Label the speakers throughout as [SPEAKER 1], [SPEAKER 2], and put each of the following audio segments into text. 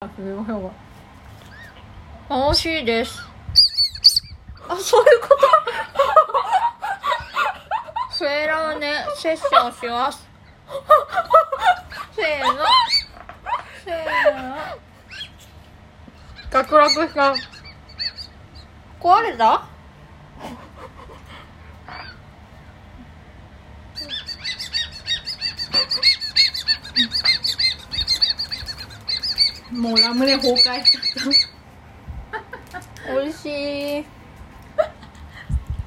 [SPEAKER 1] 上の方が楽しいですあそういうことセーラーねセッションしますせーのせーの
[SPEAKER 2] 脱落した
[SPEAKER 1] 壊れた
[SPEAKER 2] もうラムネ崩壊しちゃっ
[SPEAKER 1] 美味しい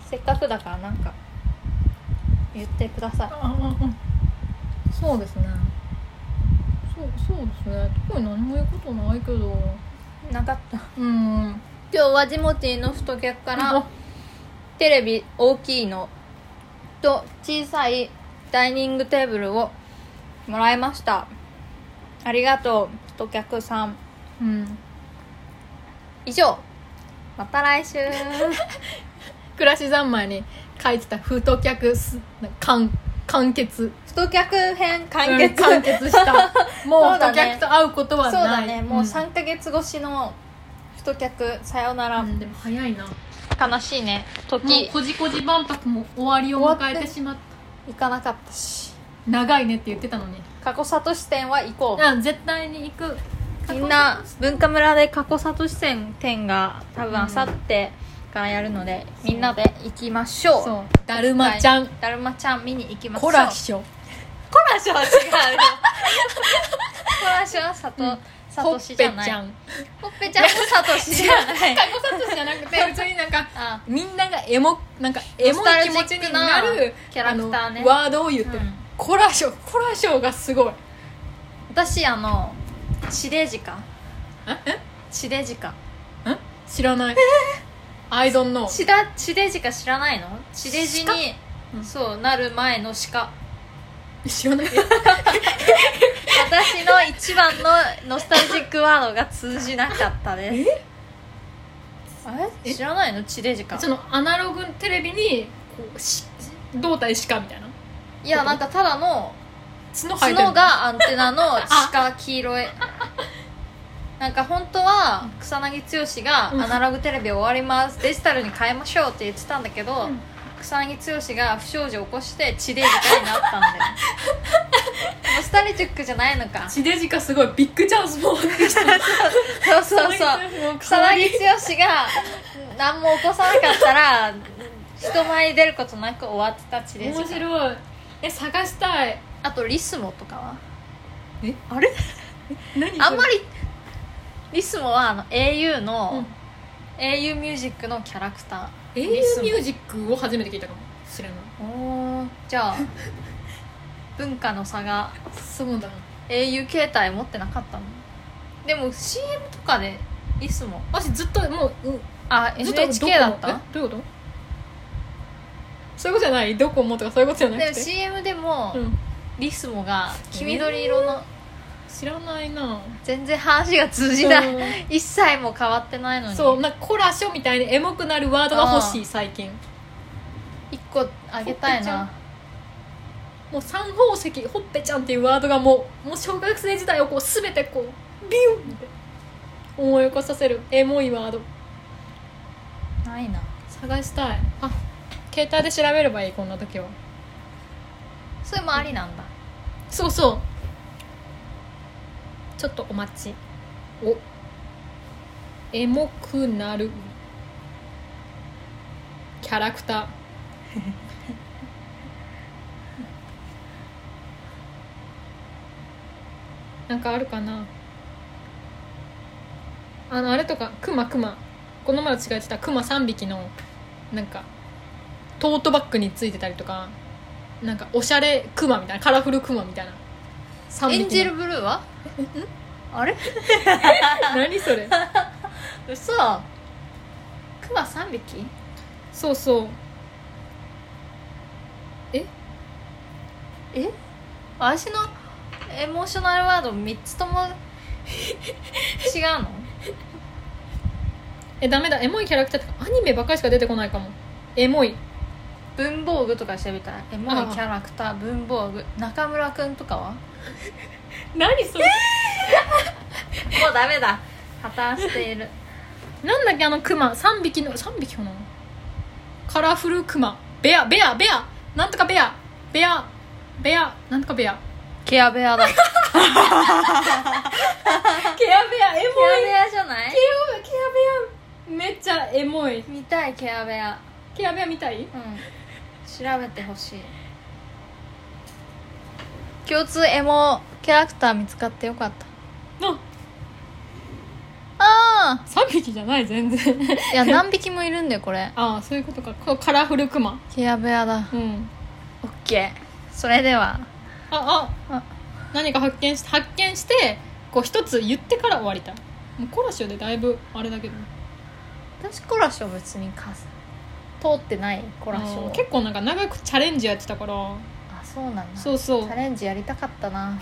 [SPEAKER 1] せっかくだからなんか言ってください
[SPEAKER 2] たうん
[SPEAKER 1] そうですね
[SPEAKER 2] そうそうですね特に何も言うことないけど
[SPEAKER 1] なかった
[SPEAKER 2] うん
[SPEAKER 1] 今日はジモティーの太客か
[SPEAKER 2] あ
[SPEAKER 1] らテレビ大きいのと小さいダイニングテーブルをもらいましたありがとう太客さん
[SPEAKER 2] うん
[SPEAKER 1] 以上また来 週
[SPEAKER 2] 暮らし三昧に書いてた封筒客す完完結
[SPEAKER 1] 太客編完結、
[SPEAKER 2] うん完結したもう
[SPEAKER 1] そうだ
[SPEAKER 2] 太
[SPEAKER 1] ね
[SPEAKER 2] 客と会うことはない
[SPEAKER 1] そうだねもうう
[SPEAKER 2] 三
[SPEAKER 1] 3ヶ月越しの太客さよなら、
[SPEAKER 2] でも早いなもう
[SPEAKER 1] 悲しいね時
[SPEAKER 2] こじこじ万博も終わりを迎えてしまった
[SPEAKER 1] 行かなかったし
[SPEAKER 2] 長いねって言ってたのに
[SPEAKER 1] 過去里支店は行こ
[SPEAKER 2] あ絶対に行く
[SPEAKER 1] うみんな文化村で過去里支店店が多
[SPEAKER 2] う
[SPEAKER 1] 分
[SPEAKER 2] ん
[SPEAKER 1] あさってからやるので、みんなで行きましょう
[SPEAKER 2] そうだるまちゃん
[SPEAKER 1] だるまちゃん見に行きましょう
[SPEAKER 2] コラッショ
[SPEAKER 1] コラッショ は違うよコラッショは里、
[SPEAKER 2] うん
[SPEAKER 1] サ
[SPEAKER 2] ほ
[SPEAKER 1] ト
[SPEAKER 2] っ
[SPEAKER 1] シ
[SPEAKER 2] ぺ
[SPEAKER 1] じ
[SPEAKER 2] ち
[SPEAKER 1] ゃ
[SPEAKER 2] ゃん
[SPEAKER 1] な
[SPEAKER 2] 過
[SPEAKER 1] いほっぺちゃんもサトシじゃ ない
[SPEAKER 2] 去里じゃな くて普通になんか
[SPEAKER 1] あ
[SPEAKER 2] みんながエモなんかエモい気持ちにな
[SPEAKER 1] ノスタルジ
[SPEAKER 2] る
[SPEAKER 1] ックなキャラクターね
[SPEAKER 2] あのワードを言ってる、
[SPEAKER 1] うん
[SPEAKER 2] コラショコラショがすごい
[SPEAKER 1] 私あの地デジか地デジか
[SPEAKER 2] 知ら ないアイドンの
[SPEAKER 1] 地だ地デジか知らないの地デジに
[SPEAKER 2] うん
[SPEAKER 1] そうなる前の鹿
[SPEAKER 2] 知らない
[SPEAKER 1] 私の一番のノ スタルジックワードが通じなかったですあれ
[SPEAKER 2] え
[SPEAKER 1] 知らないの地デジか
[SPEAKER 2] そのアナログテレビにこうし胴体しかみたいない
[SPEAKER 1] やなんかただの
[SPEAKER 2] 角生えてる
[SPEAKER 1] 角がアンテナの鹿黄色いなんか本当は草薙剛が「
[SPEAKER 2] うん
[SPEAKER 1] アナログテレビ終わりますデジタルに変えましょう」って言ってたんだけど、
[SPEAKER 2] うん
[SPEAKER 1] 草薙剛が不祥事を起こして地デジカになっ たんだよノスタルジックじゃないのか
[SPEAKER 2] 地デジカすごいビッグチャンスもらって きた
[SPEAKER 1] そうそうそう草薙剛が何も起こさなかったら人前に出ることなく終わってた地デジ
[SPEAKER 2] 面
[SPEAKER 1] カ
[SPEAKER 2] 白いえ探したい
[SPEAKER 1] あとリスモとかは
[SPEAKER 2] え
[SPEAKER 1] あれ
[SPEAKER 2] 何
[SPEAKER 1] あんまりリスモはあの au の、
[SPEAKER 2] うん
[SPEAKER 1] au ミュージックのキャラクタ
[SPEAKER 2] au ミ
[SPEAKER 1] リスも
[SPEAKER 2] ュージックを初めて聞いたかも知らない
[SPEAKER 1] ーおじゃあ文化の差が
[SPEAKER 2] そうだ
[SPEAKER 1] au 携帯持ってなかったのでも CM とかでリスモ
[SPEAKER 2] 私ずっともう、うん
[SPEAKER 1] あ
[SPEAKER 2] ずっと
[SPEAKER 1] NHK だっ
[SPEAKER 2] ドコモ
[SPEAKER 1] た
[SPEAKER 2] えどういうことそういうことじゃないドコモとかそういうことじゃな
[SPEAKER 1] でも
[SPEAKER 2] くて
[SPEAKER 1] CM でも、
[SPEAKER 2] うん、
[SPEAKER 1] リスモが黄緑色の
[SPEAKER 2] 知らないな
[SPEAKER 1] 全然話が通じない、
[SPEAKER 2] うん
[SPEAKER 1] 一切も変わってないのに
[SPEAKER 2] そうなんかコラショみたいにエモくなるワードが欲しい最近
[SPEAKER 1] 一個あげたいな
[SPEAKER 2] もう三宝石ほっぺちゃんっていうワードがもうもう小学生時代をこう全てこうビュンって思い起こさせるエモいワード
[SPEAKER 1] ないな
[SPEAKER 2] 探したいあ携帯で調べればいいこんな時は
[SPEAKER 1] それもありなんだ
[SPEAKER 2] そうそうちょっとお待ちおエモくなるキャラクター なんかあるかなあのあれとかクマクマこの前と違ってたクマ3匹のなんかトートバッグについてたりとかなんかおしゃれクマみたいなカラフルクマみたいな3
[SPEAKER 1] エンジェル
[SPEAKER 2] の
[SPEAKER 1] ブルーはあれ
[SPEAKER 2] 何それ
[SPEAKER 1] 嘘クマ3匹
[SPEAKER 2] そうそう
[SPEAKER 1] え私のエモーショナルワード3つとも違うの
[SPEAKER 2] えダメだエモいキャラクターとかアニメばっかりしか出てこないかもエモい
[SPEAKER 1] 文房具とか調べたらエモいキャラクター文房具中村くんとかは
[SPEAKER 2] 何それ
[SPEAKER 1] うダメだ破綻している
[SPEAKER 2] なんだっけあのクマ3匹の3匹かなカラフルクマベアベアベアなんとかベアベアベアなんとかベア
[SPEAKER 1] ケアベアだケ
[SPEAKER 2] ケアベアエ
[SPEAKER 1] アベアじゃない
[SPEAKER 2] アケアベアめっちゃエモい
[SPEAKER 1] 見たいケアベア
[SPEAKER 2] ケアベアみたい
[SPEAKER 1] うん調べてほしい共通エモキャラクター見つかってよかった
[SPEAKER 2] あ
[SPEAKER 1] あ
[SPEAKER 2] 3匹じゃない全然
[SPEAKER 1] あいや何匹もいるんだよこれ
[SPEAKER 2] ああそういうことかこうカラフルクマ
[SPEAKER 1] ケアベアだ
[SPEAKER 2] うん
[SPEAKER 1] オッケーそれでは
[SPEAKER 2] ああ
[SPEAKER 1] あ
[SPEAKER 2] 何か発見して発見してこう一つ言ってから終わりたいもうコラシオでだいぶあれだけど
[SPEAKER 1] 私コラショ別にかす通ってないコラショ
[SPEAKER 2] うん結構なんか長くチャレンジやってたから
[SPEAKER 1] あそうなんだ
[SPEAKER 2] そうそう
[SPEAKER 1] チャレンジやりたかったな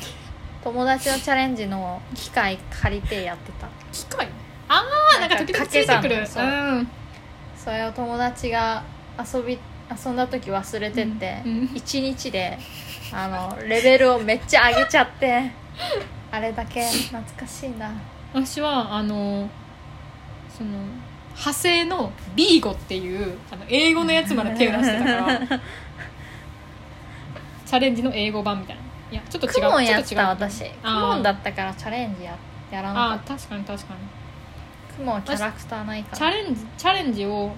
[SPEAKER 1] 友達のチャレンジの機械借りてやってた
[SPEAKER 2] 機械ああなんか時々ついて
[SPEAKER 1] 掛
[SPEAKER 2] く
[SPEAKER 1] け
[SPEAKER 2] る
[SPEAKER 1] 算そうそれを友達が遊び遊んだ時忘れてって、
[SPEAKER 2] うんうん
[SPEAKER 1] 一日であのレベルをめっちゃ上げちゃってあれだけ懐かしいな
[SPEAKER 2] うん私はあのその派生のビーゴっていうあの英語のやつまで手を出してたから チャレンジの英語版みたいないやちょっと違う
[SPEAKER 1] クモンやっ
[SPEAKER 2] ちょ
[SPEAKER 1] た
[SPEAKER 2] っと違う
[SPEAKER 1] 私クモンだったからチャレンジややらなか
[SPEAKER 2] あ
[SPEAKER 1] っ
[SPEAKER 2] あ確かに確かに
[SPEAKER 1] たクモンはキャラクターないか
[SPEAKER 2] チャ
[SPEAKER 1] ら
[SPEAKER 2] レンジチャレンジを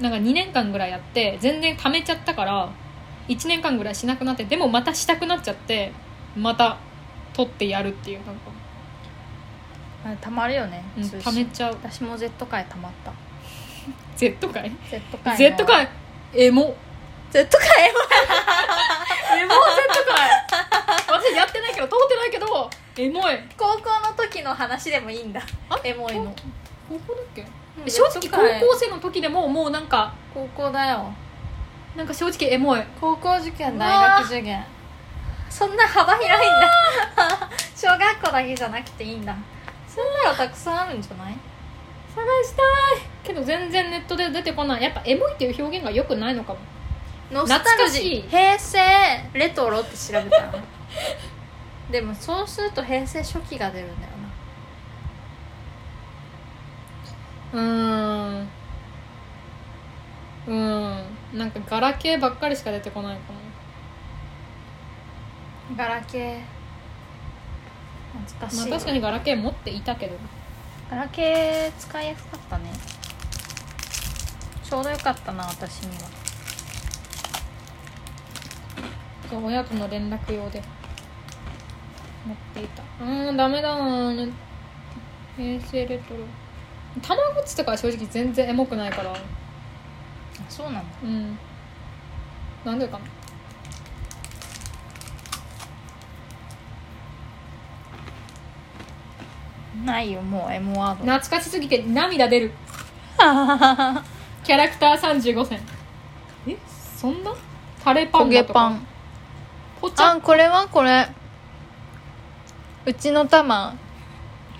[SPEAKER 2] なんか2年間ぐらいやって全然貯めちゃったから1年間ぐらいしなくなってでもまたしたくなっちゃってまた取ってやるっていうなんか、
[SPEAKER 1] あたまるよね、
[SPEAKER 2] うん、
[SPEAKER 1] 通信
[SPEAKER 2] 貯めちゃう
[SPEAKER 1] 私も Z 回たまった
[SPEAKER 2] Z 回
[SPEAKER 1] Z 回
[SPEAKER 2] Z 回エモ
[SPEAKER 1] Z 回
[SPEAKER 2] エモ Z 回私やってないけど通ってないけどエモい
[SPEAKER 1] 高校の時の話でもいいんだ
[SPEAKER 2] あ
[SPEAKER 1] エモいの
[SPEAKER 2] 高校だっけ正直高校生の時でももうなんか
[SPEAKER 1] 高校だよ
[SPEAKER 2] なんか正直エモい
[SPEAKER 1] 高校受験
[SPEAKER 2] うわー
[SPEAKER 1] 大学受験そんな幅広いんだ 小学校だけじゃなくていいんだそんなのたくさんあるんじゃない
[SPEAKER 2] 探したいけど全然ネットで出てこないやっぱエモいっていう表現がよくないのかも
[SPEAKER 1] ノ
[SPEAKER 2] 懐
[SPEAKER 1] スタ
[SPEAKER 2] か
[SPEAKER 1] ル
[SPEAKER 2] し
[SPEAKER 1] ジ
[SPEAKER 2] い
[SPEAKER 1] ー平成レトロって調べたの でもそうすると平成初期が出るんだよ
[SPEAKER 2] うーんうーんなんかガラケーばっかりしか出てこないかも
[SPEAKER 1] なガラケー懐か
[SPEAKER 2] ま
[SPEAKER 1] し
[SPEAKER 2] あ
[SPEAKER 1] い、
[SPEAKER 2] 確かにガラケー持っていたけど
[SPEAKER 1] ガラケー使いやすかったねちょうどよかったな私には
[SPEAKER 2] そう親との連絡用で持っていたうーんダメだなね平成レトロたまごっちとかは正直全然エモくないから
[SPEAKER 1] あそうなんだ
[SPEAKER 2] うんなんでかな
[SPEAKER 1] ないよもう M ワード
[SPEAKER 2] 懐かしすぎて涙出るキャラクター35選えそんなタレパ
[SPEAKER 1] 焦
[SPEAKER 2] ン
[SPEAKER 1] げ
[SPEAKER 2] ダと
[SPEAKER 1] パ
[SPEAKER 2] か
[SPEAKER 1] ン
[SPEAKER 2] ポチャ
[SPEAKER 1] あこれはこれうちのタマ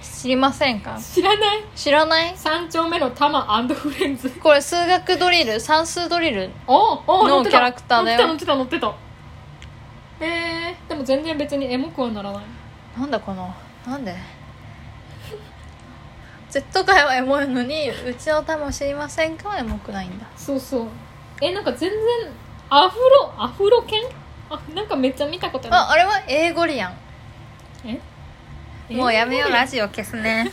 [SPEAKER 1] 知りませんか
[SPEAKER 2] 知らない
[SPEAKER 1] 知らない
[SPEAKER 2] 三丁目のタマフレンズ
[SPEAKER 1] これ数学ドリル算数ドリル
[SPEAKER 2] おうおう乗
[SPEAKER 1] の
[SPEAKER 2] ってた
[SPEAKER 1] キャラクターだよ
[SPEAKER 2] 乗ってた乗ってた乗ってたえー、でも全然別にエモくはならない
[SPEAKER 1] なんだこのなんで Z 界はエモいのにうちのタマ知りませんかはエモくないんだ
[SPEAKER 2] そうそうえなんか全然アフロアフロ犬あなんかめっちゃ見たことあ
[SPEAKER 1] ああれは英語リアン
[SPEAKER 2] るえ
[SPEAKER 1] もうやめようラ
[SPEAKER 2] ジ
[SPEAKER 1] ジオ消すね